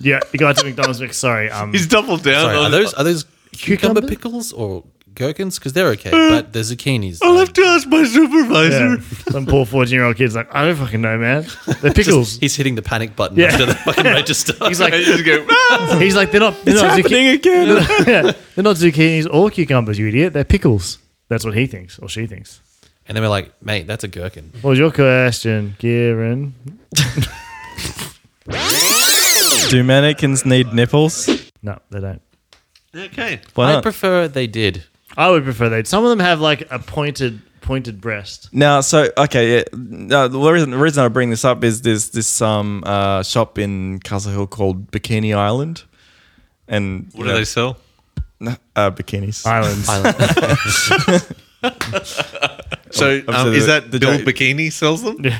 S3: Yeah, you got to McDonald's. Mc- Sorry, um,
S4: He's doubled down.
S2: Sorry, are
S4: on-
S2: those are those cucumber,
S3: Cucumber?
S2: pickles or gherkins? Because they're okay, but the zucchinis. um,
S4: I'll have to ask my supervisor.
S3: yeah. some poor fourteen-year-old kid's like, I don't fucking know, man. They're pickles.
S2: Just- he's hitting the panic button
S3: Yeah.
S2: after the fucking register.
S3: he's like,
S4: And you just go, "Ah!"
S3: he's like, they're not. They're
S1: It's
S3: not, zucchi-
S1: happening again.
S3: yeah, they're not zucchinis or cucumbers, you idiot. They're pickles. That's what he thinks or she thinks.
S2: and then we're like, mate, that's a gherkin.
S3: What was your question, Kieran?
S1: Do mannequins need nipples?
S3: No, they don't.
S4: Okay.
S1: Why
S2: I
S1: not?
S2: prefer they did.
S3: I would prefer that. Some of them have like a pointed, pointed breast.
S1: now, so okay, yeah. No, the reason the reason I bring this up is there's this um uh, shop in Castle Hill called Bikini Island, and
S4: What do they sell?
S1: they uh, bikinis?
S3: Islands.
S2: Island.
S4: So
S1: um, so
S4: is
S1: the-
S4: that
S1: the
S4: Bill
S1: jo-
S4: Bikini sells them?
S3: Yeah.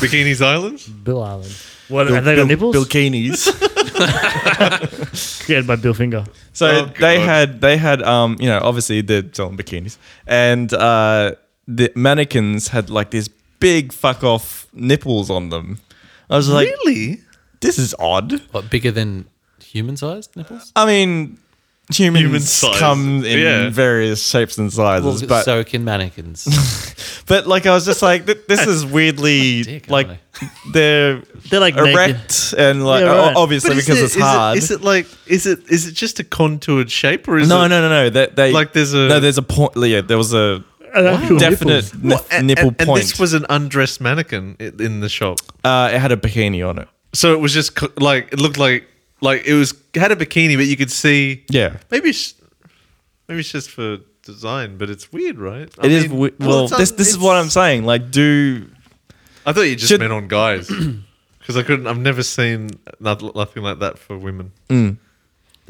S4: Bikini's Island?
S3: Bill Island. What have they got nipples?
S1: Bilkinis.
S3: Created by Bill Finger.
S1: so
S4: Oh,
S1: they
S4: God.
S1: had they had um you know obviously they're selling bikinis and uh the mannequins had like these big fuck off nipples on them. I was like,
S4: Really?
S1: this is odd.
S2: what, bigger than human sized nipples?
S1: I mean, humans
S4: Human size.
S1: come in
S4: Yeah.
S1: various shapes and
S2: Well,
S1: sizes, but
S2: so can mannequins.
S1: but like I was just like, th- this is weirdly
S2: dick,
S1: like
S2: aren't
S1: they're
S3: They're like naked.
S1: erect and like
S3: Yeah,
S1: o-
S3: right.
S1: obviously because it's hard.
S4: Is it like is it is it just a contoured shape or is
S1: no,
S4: it
S1: no, no, no. They, they
S4: Like there's a-
S1: no. There's a point. Yeah, there was a
S3: Actual
S1: definite
S3: nipples.
S1: nip-
S4: Well, and-
S1: nipple
S4: and, and
S1: point.
S4: this was an undressed mannequin i- in the shop.
S1: uh, it had a bikini on it.
S4: So it was just co- like it looked like like it was had a bikini, but you could see.
S1: Yeah.
S4: Maybe it's, maybe it's just for design, but it's weird, right? I
S1: It is
S4: mean,
S1: we- well.
S4: it's un-
S1: this this is
S4: it's-
S1: what I'm saying. Like, do
S4: I thought you just
S1: should-
S4: meant on guys because I couldn't. I've never seen noth- nothing like that for women.
S3: That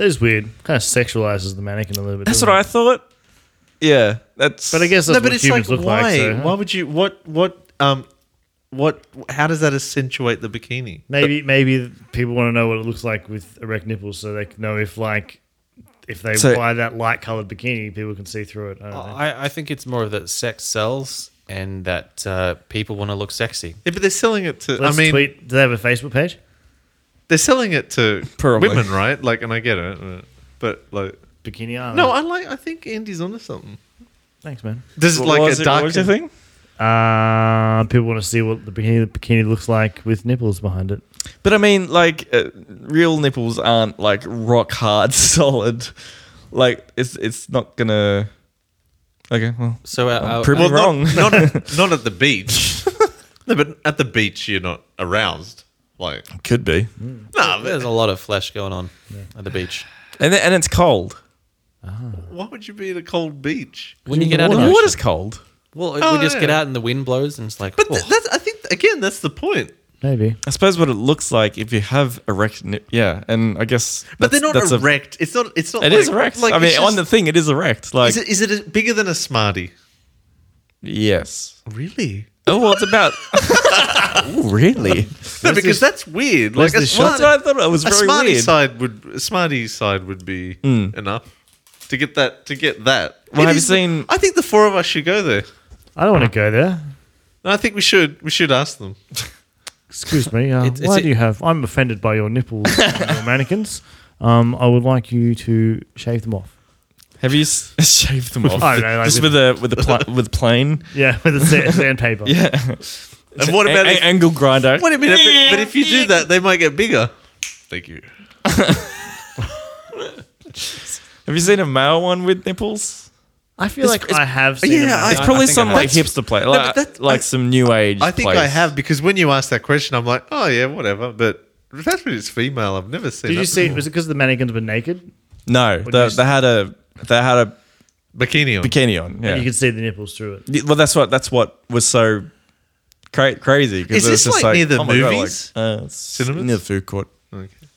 S3: is weird. Kind of sexualizes the mannequin a little bit.
S1: that's
S3: doesn't
S1: what I
S3: it?
S1: thought. Yeah, that's.
S3: But I guess that's what humans look
S4: why?
S3: like. So, huh?
S4: why would you? What? What? Um, what? How does that accentuate the bikini?
S3: maybe maybe people want to know what it looks like with erect nipples, so they can know if like if they
S1: So-
S3: buy that light colored bikini, people can see through it. I don't know.
S2: I, I think it's more that sex sells and that uh, people want to look sexy.
S4: Yeah, but they're selling it to.
S3: Let's
S4: I mean,
S3: tweet. Do they have a Facebook page?
S4: they're selling it to
S1: Probably.
S4: women, right? Like, and I get it, uh, but like,
S3: Bikini Island.
S4: no, I like. I think Andy's onto something.
S3: thanks, man.
S4: There's
S1: What
S4: like
S1: was
S4: a
S1: it- what
S4: dark
S1: was your thing?
S3: Uh, people want to see what the bikini, the bikini looks like with nipples behind it.
S1: But I mean, like, uh, real nipples aren't like rock hard solid. Like, it's it's not gonna. Okay, well,
S2: So uh, our, our,
S1: prove
S2: our-
S1: me wrong.
S4: Not, at, not at the beach. no, but at the beach, you're not aroused. Like,
S1: could be.
S4: nah, but
S2: there's a lot of flesh going on at the beach.
S1: And and it's cold.
S4: why would you be at a cold beach?
S2: When you get out
S1: Wa-
S2: of the
S1: water's
S2: ocean,
S1: cold.
S2: well,
S4: Oh,
S2: we just get
S4: yeah.
S2: out and the wind blows and it's like,
S4: But th-
S2: oh.
S4: that's, I think, again, that's the point.
S3: Maybe.
S1: I suppose what it looks like if you have erect, ni- yeah, and I guess.
S4: But
S1: that's-
S4: they're not
S1: that's a-
S4: erect. it's not. It's not.
S1: It
S4: like,
S1: is erect.
S4: Like,
S1: I mean,
S4: it's
S1: on the
S4: just-
S1: thing, it is erect. Like
S4: is it, is it a- bigger than a smartie?
S1: yes.
S4: Really?
S1: Oh well, it's about. Ooh, really?
S4: No, because that's weird.
S3: where's
S4: Like a
S3: the shot?
S1: Well, that's what
S4: smartie,
S1: I thought. It was
S4: a
S1: very
S4: smartie
S1: weird. Hmm.
S4: side would a smartie side would be enough to get that to get that.
S1: Well,
S4: It
S1: have you
S4: is the-
S1: seen-
S4: I think the four of us should go there.
S3: I don't want to go there.
S4: No, I think we should. We should ask them.
S3: Excuse me. Uh,
S2: It's- it's
S3: why
S2: a-
S3: do you have? I'm offended by your nipples, and your mannequins. Um, I would like you to shave them off.
S1: Have you s- shaved them off?
S3: I don't know, like
S1: Just
S3: with-
S1: with a with a pl- with plane.
S3: Yeah, with a sand, sandpaper. Yeah.
S4: And what about
S1: A- a-
S4: if,
S1: angle grinder?
S4: wait a minute? But, but if you do that, they might get bigger. Thank you.
S1: Have you seen a male one with nipples?
S3: I feel like I have seen
S4: yeah,
S3: them.
S4: I-
S1: It's probably
S2: think
S1: some
S2: I
S1: like
S2: have.
S1: hipster place, like,
S4: but that-
S1: like
S4: I-
S1: some new age.
S4: I think I
S1: place.
S4: have because when you asked that question, I'm like, oh yeah, whatever. But that's when it's female. I've never seen.
S3: Did
S4: that
S3: you see? Was it because the mannequins were naked?
S1: No,
S3: do you
S1: they,
S3: s-
S1: they had a they had a
S4: bikini on.
S1: bikini on. Yeah.
S3: You could see the nipples through it.
S1: Y- well, that's what that's what was so cra- crazy. 'cause
S4: Is
S1: it was
S4: this
S1: just
S4: like near the
S1: oh my God, like,
S4: movies?
S1: uh, cinemas
S4: Cinemas?
S1: near the food court?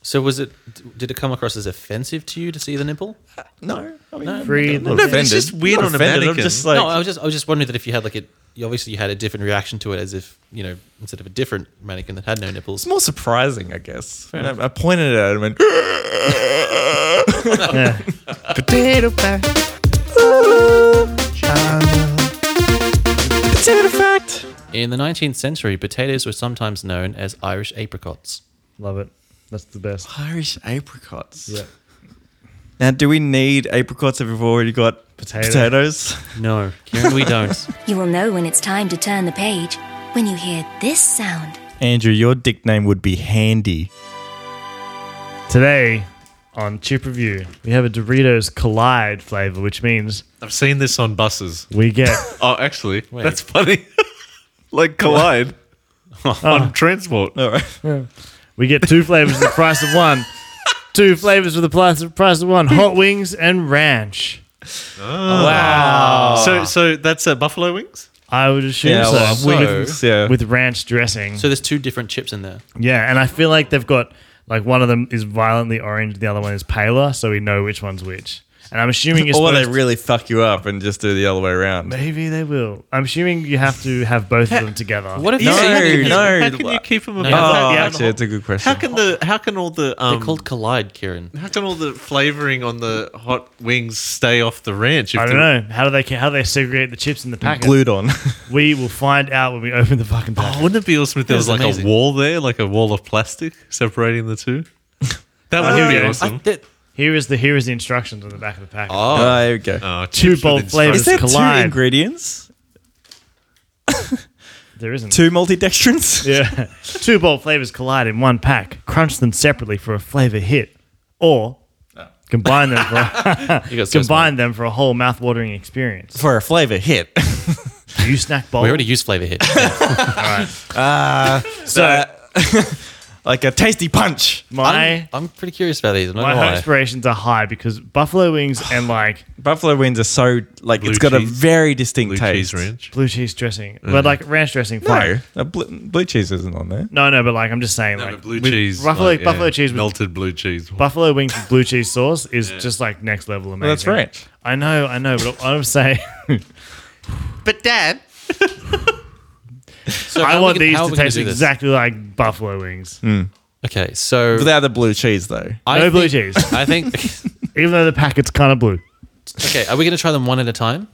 S2: so was it? Did it come across as offensive to you to see the nipple?
S1: No, I mean,
S3: Free
S1: not
S3: the-
S4: No, but it's just weird
S1: Not
S4: on a
S1: offended, I'm
S4: mannequin.
S1: just like,
S2: no, I was just I was just wondering that if you had like it, you obviously you had a different reaction to it as if you know instead of a different mannequin that had no nipples.
S1: it's more surprising, I guess. And I, I pointed at him and
S3: Yeah.
S1: potato fact. Potato fact.
S2: In the 19th century, potatoes were sometimes known as Irish apricots.
S3: Love it. That's the best.
S1: Irish apricots.
S3: Yeah.
S1: Now, do we need apricots if we've already got
S3: Potato.
S1: potatoes?
S2: No, Kieran, we don't.
S5: You will know when it's time to turn the page when you hear this sound.
S1: Andrew, your dick name would be Handy.
S3: Today on Chip Review, we have a Doritos Collide flavor, which means
S4: I've seen this on buses.
S3: we get
S4: Oh, actually,
S2: Wait.
S4: that's funny. like collide on transport.
S1: All right.
S3: we get two flavors for the price of one. Two flavors for the price of, price of one: hot wings and ranch.
S4: So, so that's uh, buffalo wings.
S3: I would assume
S1: Yeah,
S3: so.
S1: well,
S3: with,
S1: so- yeah.
S3: with ranch dressing.
S2: So there's two different chips in there.
S3: yeah, and I feel like they've got like one of them is violently orange, the other one is paler, so we know which one's which. And I'm assuming it's
S1: Or they really fuck you up and just do the other way around.
S3: maybe they will. I'm assuming you have to have both of them together.
S2: What if
S1: No,
S2: you say
S1: no.
S4: How can you keep them?
S1: Oh,
S3: Yeah.
S1: actually, it's a good question.
S4: How can the? How can all the? Um,
S2: They're called collide, Kieran.
S4: how can all the flavoring on the hot wings stay off the ranch? If
S3: I don't
S4: they're-
S3: know. How do they how do they segregate the chips in the packet?
S1: Glued on.
S3: We will find out when we open the fucking
S4: Oh,
S3: packet.
S4: wouldn't it be awesome if there was
S2: That's
S4: like
S2: amazing.
S4: a wall there, like a wall of plastic separating the two? That would
S3: here we
S4: be
S3: go.
S4: awesome.
S3: Here is the here is the instructions on the back of the packet.
S1: Oh,
S4: oh,
S1: there we go.
S4: oh,
S3: Two
S4: chips with
S3: bold flavors.
S1: Is there
S3: collide.
S1: two ingredients?
S3: there isn't.
S1: Two multidextrins?
S3: Yeah. Two bold flavors collide in one pack. Crunch them separately for a flavor hit. Or combine them for
S2: You got so smart.
S3: combine them for a whole mouth-watering experience.
S1: For a flavor hit.
S3: You snack bowl.
S2: We already Uh, used flavor hit.
S3: so
S1: like a tasty punch.
S3: my
S2: I'm pretty curious about these. I'm
S3: my
S2: not
S3: high
S2: gonna lie.
S3: aspirations are high because buffalo wings and like
S1: Buffalo wings are so, like,
S4: Blue
S1: it's got a
S4: cheese.
S1: very distinct
S4: blue
S1: taste.
S4: cheese ranch.
S3: blue cheese dressing, but like ranch dressing.
S1: Mm. No,
S3: Fine.
S1: a bl- blue cheese isn't on there.
S3: No, no, but like I'm just saying,
S4: No,
S3: like
S4: but blue
S3: with
S4: cheese,
S3: buffalo
S4: like, yeah,
S3: buffalo cheese with
S4: melted blue cheese.
S3: buffalo wings with blue cheese sauce is just like next level amazing.
S1: Well, that's ranch.
S3: I know, I know, but I'm saying
S4: But dad,
S2: So how
S3: I
S2: are we
S3: want
S2: gonna-
S3: these
S2: how are
S3: to
S2: we gonna
S3: taste
S2: do this?
S3: exactly like buffalo wings.
S1: Hmm.
S2: Okay, so
S1: Without the blue cheese, though.
S2: I
S3: no blue
S2: think-
S3: cheese,
S2: I think
S3: even though the packet's kind of blue.
S2: Okay, are we going to try them one at a time?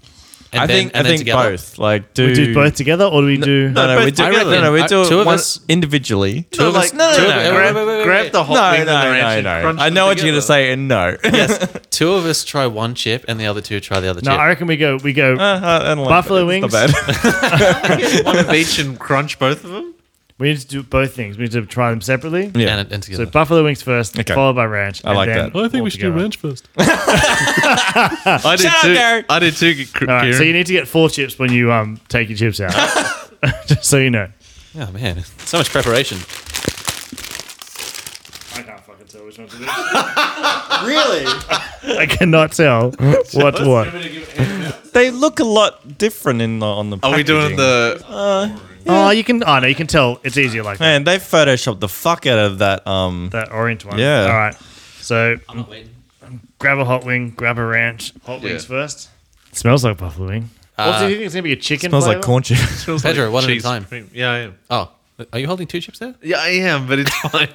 S2: And
S1: I
S2: then-
S1: think
S2: and
S1: I
S2: then
S1: think
S2: together?
S1: both. Like, do
S3: Do we do both together, or do we do?
S1: No, no,
S4: both
S1: we do.
S4: together.
S1: No, no, we
S2: I-
S1: do
S2: two
S1: it
S2: of
S1: one-
S2: us-
S1: individually.
S2: Two of us.
S1: No, no,
S2: two
S1: no,
S2: of-
S1: no.
S2: wait, wait, wait, wait,
S4: grab
S2: wait.
S4: the hot
S1: No,
S4: wing and the
S1: no, no,
S4: ranch.
S1: no. I know what you're gonna say, and no. Yes,
S2: Two of us try one chip, and the other two try the other
S3: No, I
S2: chip.
S3: reckon we go. We
S2: Uh.
S3: go. Buffalo
S1: buffalo
S3: wings?
S1: Not bad.
S4: On a beach and crunch both of them.
S3: we need to do both things. We need to try them separately.
S1: Yeah.
S2: And, and together.
S3: So buffalo wings first,
S1: Okay.
S3: followed by ranch.
S1: I like that.
S3: I think we should do ranch.
S4: first. I did
S2: Shout out,
S4: too.
S2: Garrett.
S4: I did too. K-
S3: All right, so
S4: Kieran.
S3: you need to get four chips when you um take your chips out. Just so you know.
S2: Oh man, so much preparation.
S3: I can't fucking tell which one to do.
S1: really?
S3: I cannot tell what's what.
S1: They look a lot different in the, on the.
S4: Are we doing
S1: packaging.
S4: the?
S3: Oh, you can. Oh no, you can tell. It's easier like that.
S1: Man, they photoshopped the fuck out of that. Um,
S3: That orange one.
S1: Yeah.
S3: All right. So
S2: I'm not waiting.
S3: grab a hot wing, grab a ranch. Hot wings
S4: Yeah.
S3: first. smells like buffalo wing. also, do you think it's gonna be a chicken?
S1: smells like
S3: flavour?
S1: corn chip.
S4: Smells
S2: Pedro, one at a
S4: cheese
S2: time.
S4: cream. Yeah, I am.
S2: Oh, are you holding two chips there?
S4: Yeah, I am. But it's fine.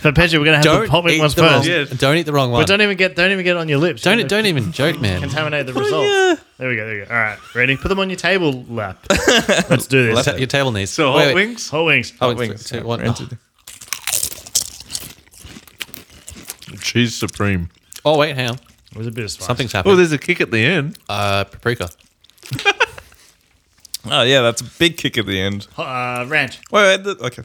S3: For Pedro, we're gonna have the hot wing ones
S2: the wrong.
S3: first.
S4: Yeah.
S2: Don't eat the wrong one.
S3: But don't even get. Don't even get it on your lips.
S2: don't don't even joke, man.
S3: contaminate the results. There we go. There we go. All right. Ready? Put them on your table lap. Let's do this.
S2: Ta- Your table needs.
S4: So
S2: Wait,
S4: hot
S2: wait.
S4: wings.
S3: Hot wings.
S2: Oh, wings. Two, one. Oh.
S4: Cheese supreme.
S2: Oh, wait, hang on.
S3: It was a bit of spice.
S2: Something's
S4: Oh,
S2: happened.
S4: there's a kick at the end.
S2: Uh, paprika.
S1: Oh yeah, that's a big kick at the end.
S3: Uh, ranch.
S1: Wait, wait th- okay.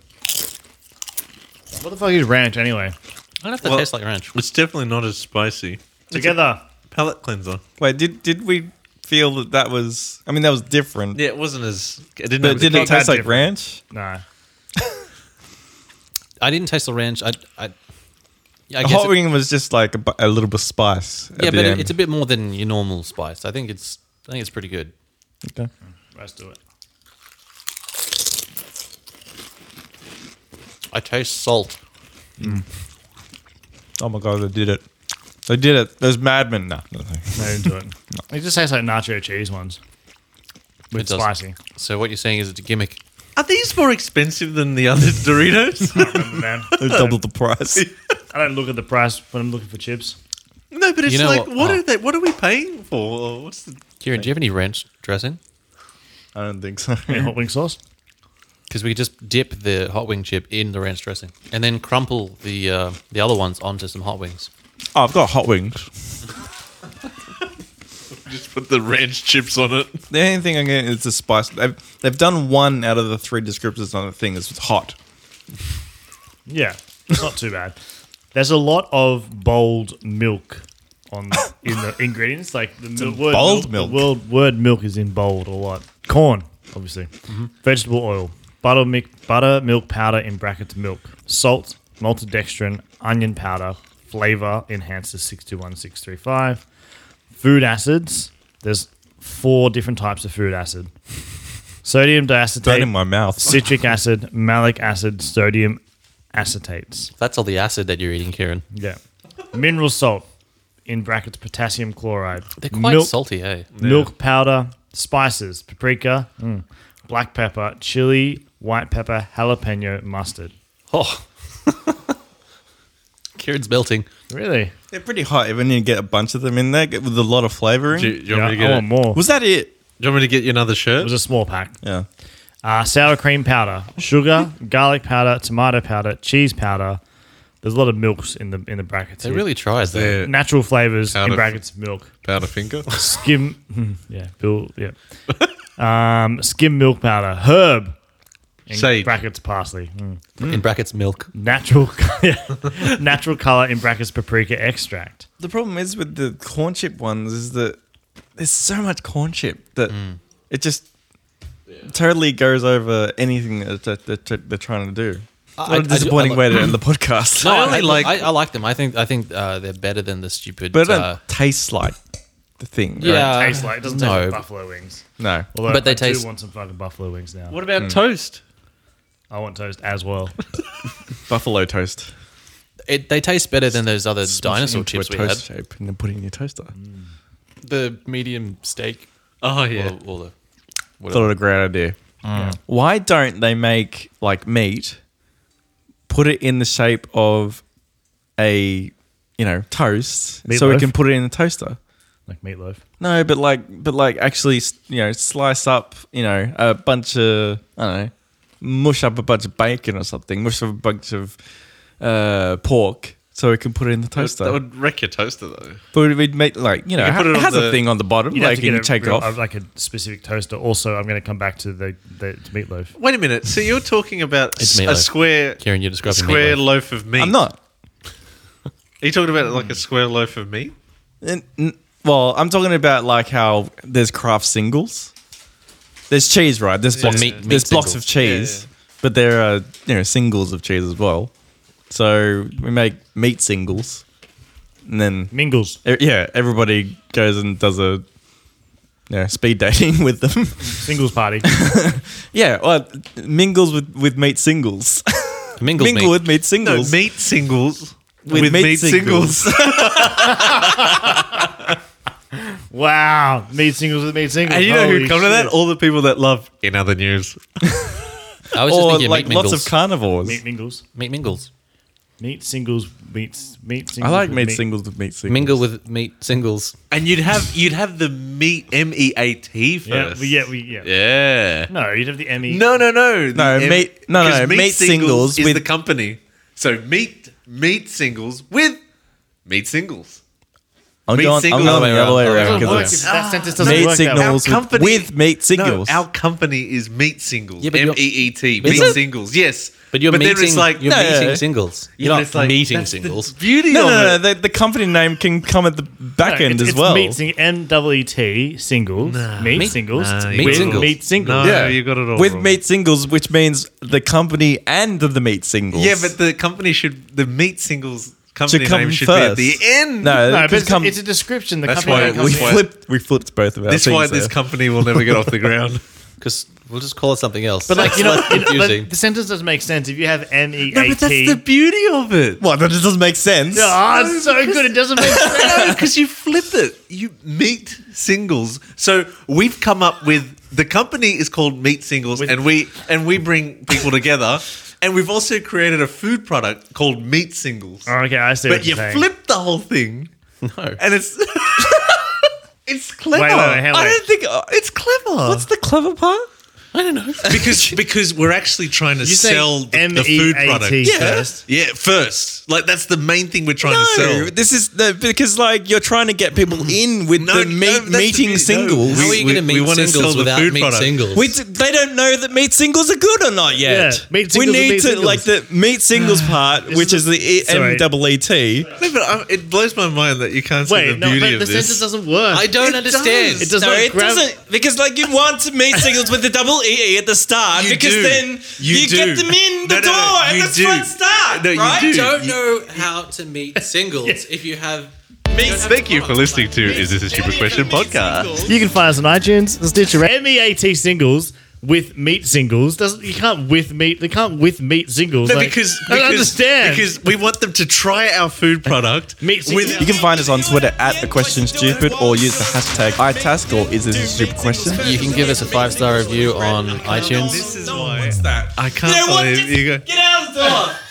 S3: What the fuck is ranch anyway?
S2: I don't know if that
S4: Well-
S2: tastes like ranch.
S4: It's definitely not as spicy.
S3: Together.
S4: Palate cleanser.
S1: Wait, did did we feel that that was? I mean, that was different.
S4: Yeah, it wasn't as. It didn't.
S1: But
S4: Have
S1: did
S4: the
S1: it
S4: kick.
S1: taste like
S3: different.
S1: ranch?
S3: No.
S2: I didn't taste the ranch. I, I, yeah, I
S1: The
S2: guess
S1: hot
S2: it-
S1: wing was just like a, bu- a little bit of spice.
S2: yeah,
S1: at
S2: but
S1: the
S2: it,
S1: end.
S2: it's a bit more than your normal spice. I think it's I think it's pretty good.
S1: Okay.
S3: Let's do it.
S2: I taste salt.
S1: Oh my god, they did it! They did it! There's madmen now.
S3: No, didn't do it. It just tastes like nacho cheese ones. With
S2: It does.
S3: spicy.
S2: So what you're saying is it's a gimmick.
S4: Are these more expensive than the other Doritos?
S3: Remember, man.
S1: They doubled the price.
S3: I don't look at the price when I'm looking for chips.
S4: no, but it's
S2: You know
S4: like,
S2: what-
S4: what
S2: oh.
S4: are they? What are we paying for? Or What's the?
S2: Kieran, do you have any ranch dressing?
S1: I don't think so.
S3: Any hot wing sauce?
S2: Because we could just dip the hot wing chip in the ranch dressing and then crumple the uh, the other ones onto some hot wings.
S1: Oh, I've got hot wings.
S4: Just put the ranch chips on it.
S1: The only thing I'm getting is the spice. They've, they've done one out of the three descriptors on the thing. It's hot.
S3: Yeah. It's not too bad. There's a lot of bold milk on in the ingredients. Like the mil- word
S1: bold
S3: milk,
S1: milk.
S3: The word, word milk is in bold a lot. Corn, obviously.
S1: Mm-hmm.
S3: Vegetable oil. Butter milk, butter milk powder in brackets milk. Salt, maltodextrin, onion powder, flavor enhancer 621635. Food acids. There's four different types of food acid. Sodium
S1: Burning
S3: diacetate,
S1: my mouth.
S3: citric acid, malic acid, sodium acetates.
S2: That's all the acid that you're eating, Kieran.
S3: Yeah. Mineral salt, in brackets potassium chloride.
S2: They're quite
S3: milk,
S2: salty, eh?
S3: Milk powder, spices, paprika, mm, black pepper, chili, white pepper, jalapeno, mustard.
S2: Oh. Kieran's melting.
S3: Really?
S1: They're pretty hot. Even you get a bunch of them in there with a lot of flavoring.
S4: Do you, do you
S3: Yeah,
S4: want me to get?
S3: I
S4: it?
S3: want more.
S1: Was that it?
S4: Do you want me to get you another shirt?
S3: it was a small pack.
S1: Yeah.
S3: Uh, sour cream powder, sugar, garlic powder, tomato powder, cheese powder. There's a lot of milks in the in the brackets.
S2: They
S3: here.
S2: really tried though.
S4: Yeah,
S3: natural flavors in
S4: Powder.
S3: brackets milk.
S4: powder finger.
S3: Skim, Hmm, yeah, Bill, yeah. Um, skim milk powder, herb, in
S4: Sage.
S3: brackets parsley. Mm.
S2: In brackets, milk.
S3: natural yeah. natural color in brackets paprika extract.
S1: The problem is with the corn chip ones is that there's so much corn chip that
S2: Mm.
S1: it just totally goes over anything that, that, that, that they're trying to do.
S2: I- I
S1: What a
S2: do-
S1: disappointing
S2: I
S1: way
S2: like-
S1: to end the podcast.
S2: No, I,
S4: only
S2: like
S4: like-
S2: I, I like them. I think I think uh, they're better than the stupid.
S1: but it
S2: uh,
S1: don't taste like the thing. right?
S2: yeah,
S3: Tastes like it doesn't taste
S2: no.
S3: like buffalo wings.
S1: No.
S3: Although
S2: But they
S3: I
S2: taste-
S3: do want some fucking buffalo wings now.
S4: What about toast?
S3: I want toast as well.
S1: Buffalo toast.
S2: It, they taste better than those other
S1: Smashing
S2: dinosaur
S1: into
S2: chips
S1: a
S2: we had.
S1: toast shape and then putting it in your toaster.
S2: The medium steak.
S4: Oh yeah.
S2: Or, or the
S1: Thought it a great idea.
S3: Yeah.
S1: Why don't they make like meat, put it in the shape of a, you know, toast, so we
S3: Meatloaf?
S1: can put it in the toaster?
S3: Like meatloaf.
S1: No, but like, but like, actually, s- you know, slice up, you know, a bunch of, I don't know, mush up a bunch of bacon or something, mush up a bunch of uh, pork, so we can put it in the toaster.
S4: That would wreck your toaster though.
S1: but we'd make like, you know,
S4: You could
S1: ha-
S4: put it
S1: it
S4: on
S1: has
S4: the-
S1: a thing on the bottom,
S3: You'd have
S1: like
S3: to
S1: you
S3: get
S1: can
S3: a
S1: take it
S3: real-
S1: off.
S3: uh, like a specific toaster. Also, I'm going to come back to the, the to meatloaf.
S4: Wait a minute. So you're talking about s-
S2: It's
S4: a
S2: meatloaf.
S4: square,
S2: Kieran, you're describing
S4: square
S2: meatloaf.
S4: loaf of meat.
S1: I'm not.
S4: Hmm. Are you talking about like a square loaf of meat?
S1: N- n- Well, I'm talking about like how there's craft singles. There's cheese, right? There's blocks,
S2: meat- meat
S1: there's blocks
S2: singles.
S1: of cheese, but there are you know singles of cheese as well. So we make meat singles, and then
S3: Mingles.
S1: e- yeah, everybody goes and does a you know, speed dating with them.
S3: Singles party.
S1: yeah, well, mingles with with meat singles.
S2: Mingle,
S1: Mingle
S2: meat.
S1: with meat
S4: No,
S1: singles.
S4: meat singles
S1: with, meat, singles.
S3: wow. Meat singles with meat singles.
S4: And you know
S3: Holy
S4: who come to that?
S3: shit.
S4: All the people that love in other news.
S2: I was just
S1: or
S2: thinking
S1: like
S2: meat
S1: lots
S2: mingles.
S1: of carnivores.
S3: Meat mingles.
S2: meat mingles.
S3: Meat singles. Meats. Meat
S1: I
S3: singles.
S1: like
S3: with
S1: meat singles with meat singles.
S2: Mingle with meat singles.
S4: And you'd have you'd have the meat M E A T
S3: Yeah.
S4: first.
S3: We, yeah. We, yeah.
S4: Yeah.
S3: No, you'd have the Emmy.
S4: No, no, no. The
S1: No, meat- no, no,
S4: 'cause
S1: meat singles
S4: is
S1: with-
S4: the company. So meat meat singles with meat singles.
S1: I'm
S4: Meat
S1: going,
S4: singles.
S1: I'm going the other way
S2: Other way
S1: around
S2: around.
S1: because
S2: Other
S3: Work
S1: it's
S3: if that sentence doesn't
S1: meat
S3: work that well.
S1: signals
S4: Our
S1: with,
S4: company-
S1: with meat singles.
S4: No, our company is meat singles.
S2: Yeah, but
S4: M
S2: you're-
S4: E E T.
S2: Is
S4: Meat
S2: it?
S4: singles. Yes.
S2: But you're
S4: then
S2: meeting.
S4: it's like
S2: you're
S1: no, yeah,
S2: meeting
S1: yeah.
S2: singles. You're
S4: but
S2: not
S4: it's like,
S2: meeting
S4: that's the
S2: singles.
S4: beauty
S1: no,
S4: of
S1: no, no,
S4: it.
S1: The, the company name can come at the back
S3: No,
S1: end
S3: it's,
S1: as
S3: it's
S1: well.
S3: Meat sing- M W E T singles. Meat,
S2: Meat-
S3: singles.
S4: Nah,
S3: with
S4: you
S3: meat
S2: singles.
S3: singles.
S4: No,
S1: Yeah.
S4: you got it all
S1: with
S4: wrong.
S1: meat singles, which means the company and the meat singles.
S4: Yeah, but the company should the meat singles company
S1: come
S4: name should
S1: first.
S4: be at the end.
S1: No,
S3: No,
S1: it
S3: but
S1: could
S3: it's,
S1: come,
S3: it's a description. The
S4: That's
S3: company
S4: why
S3: that
S1: we
S3: comes
S4: why-
S3: in.
S1: flipped. We flipped both of our
S4: That's
S1: things.
S4: why this
S1: there.
S4: company will never get off the ground.
S2: Because we'll just call it something else.
S3: But like you know,
S2: That's
S3: it-
S2: confusing.
S3: but the sentence doesn't make sense if you have M E
S4: No,
S3: A
S4: but that's the
S3: T.
S4: beauty of it.
S1: Well, that just doesn't make sense.
S3: Oh, it's so good. It doesn't make sense.
S4: No, because you flip it. You meet singles. So we've come up with the company is called Meat Singles,
S3: With-
S4: and we and we bring people together, and we've also created a food product called Meat Singles.
S3: okay, I see.
S4: but
S3: what
S4: you
S3: you're saying.
S4: flip the whole thing,
S2: no.
S4: and it's it's clever.
S3: Wait, wait, wait, hang on,
S4: I
S3: wait.
S4: don't think uh, it's clever.
S1: What's the clever part?
S2: I don't know.
S4: because because we're actually trying to
S3: You say
S4: sell the, the
S3: M-E-A-T
S4: food product. Yeah.
S3: first.
S4: yeah, first. Like that's the main thing we're trying to
S1: No,
S4: sell.
S1: this is the because like you're trying to get people in with
S4: No,
S1: the
S4: no,
S1: meat
S4: that's the
S1: meeting
S4: beauty. No,
S1: singles.
S2: How are
S4: we-
S2: you going to
S4: we- we
S2: meet
S4: wanna sell
S2: singles
S4: the
S2: without
S4: food
S2: meat
S4: product.
S2: singles?
S1: We d- they don't know that meat singles are good or not yet.
S3: Yeah, meat
S1: we
S3: singles are
S1: need
S3: meat
S1: to
S3: singles.
S1: like the meat singles part, which is the E-
S3: Sorry.
S1: MWET.
S4: No, but i it blows my mind that you can't see the
S3: Wait, no,
S4: beauty
S3: but
S4: of
S3: the
S4: this.
S3: sentence doesn't work.
S2: I don't
S4: It
S2: understand.
S4: does.
S3: It does
S1: no,
S3: not
S1: it
S3: grab-
S1: doesn't because like you want meat singles with the double EE at the start
S4: You
S1: because
S4: do.
S1: then you,
S4: You
S1: get
S4: do.
S1: them in
S4: No, no, no,
S1: the door and
S4: you
S1: that's
S4: do.
S1: one start,
S4: No, you
S1: right?
S4: do.
S2: I don't
S4: You-
S2: know how to meet singles if you have meat.
S4: Thank you for listening to Is This a Stupid Question podcast.
S3: You can find us on iTunes, the Stitcher, M E A T singles with meat singles. Doesn't you can't with meat? They can't with meat singles.
S4: No,
S3: like,
S4: because,
S3: I don't
S4: because-
S3: understand.
S4: Because we want them to try our food product
S3: Meat singles.
S4: with
S1: You can find us on Twitter at the question stupid or use the hashtag iTask or is this a stupid question?
S2: You can give us a five star review on
S4: This
S2: iTunes.
S4: is why I can't believe you go.
S1: Get out of the door.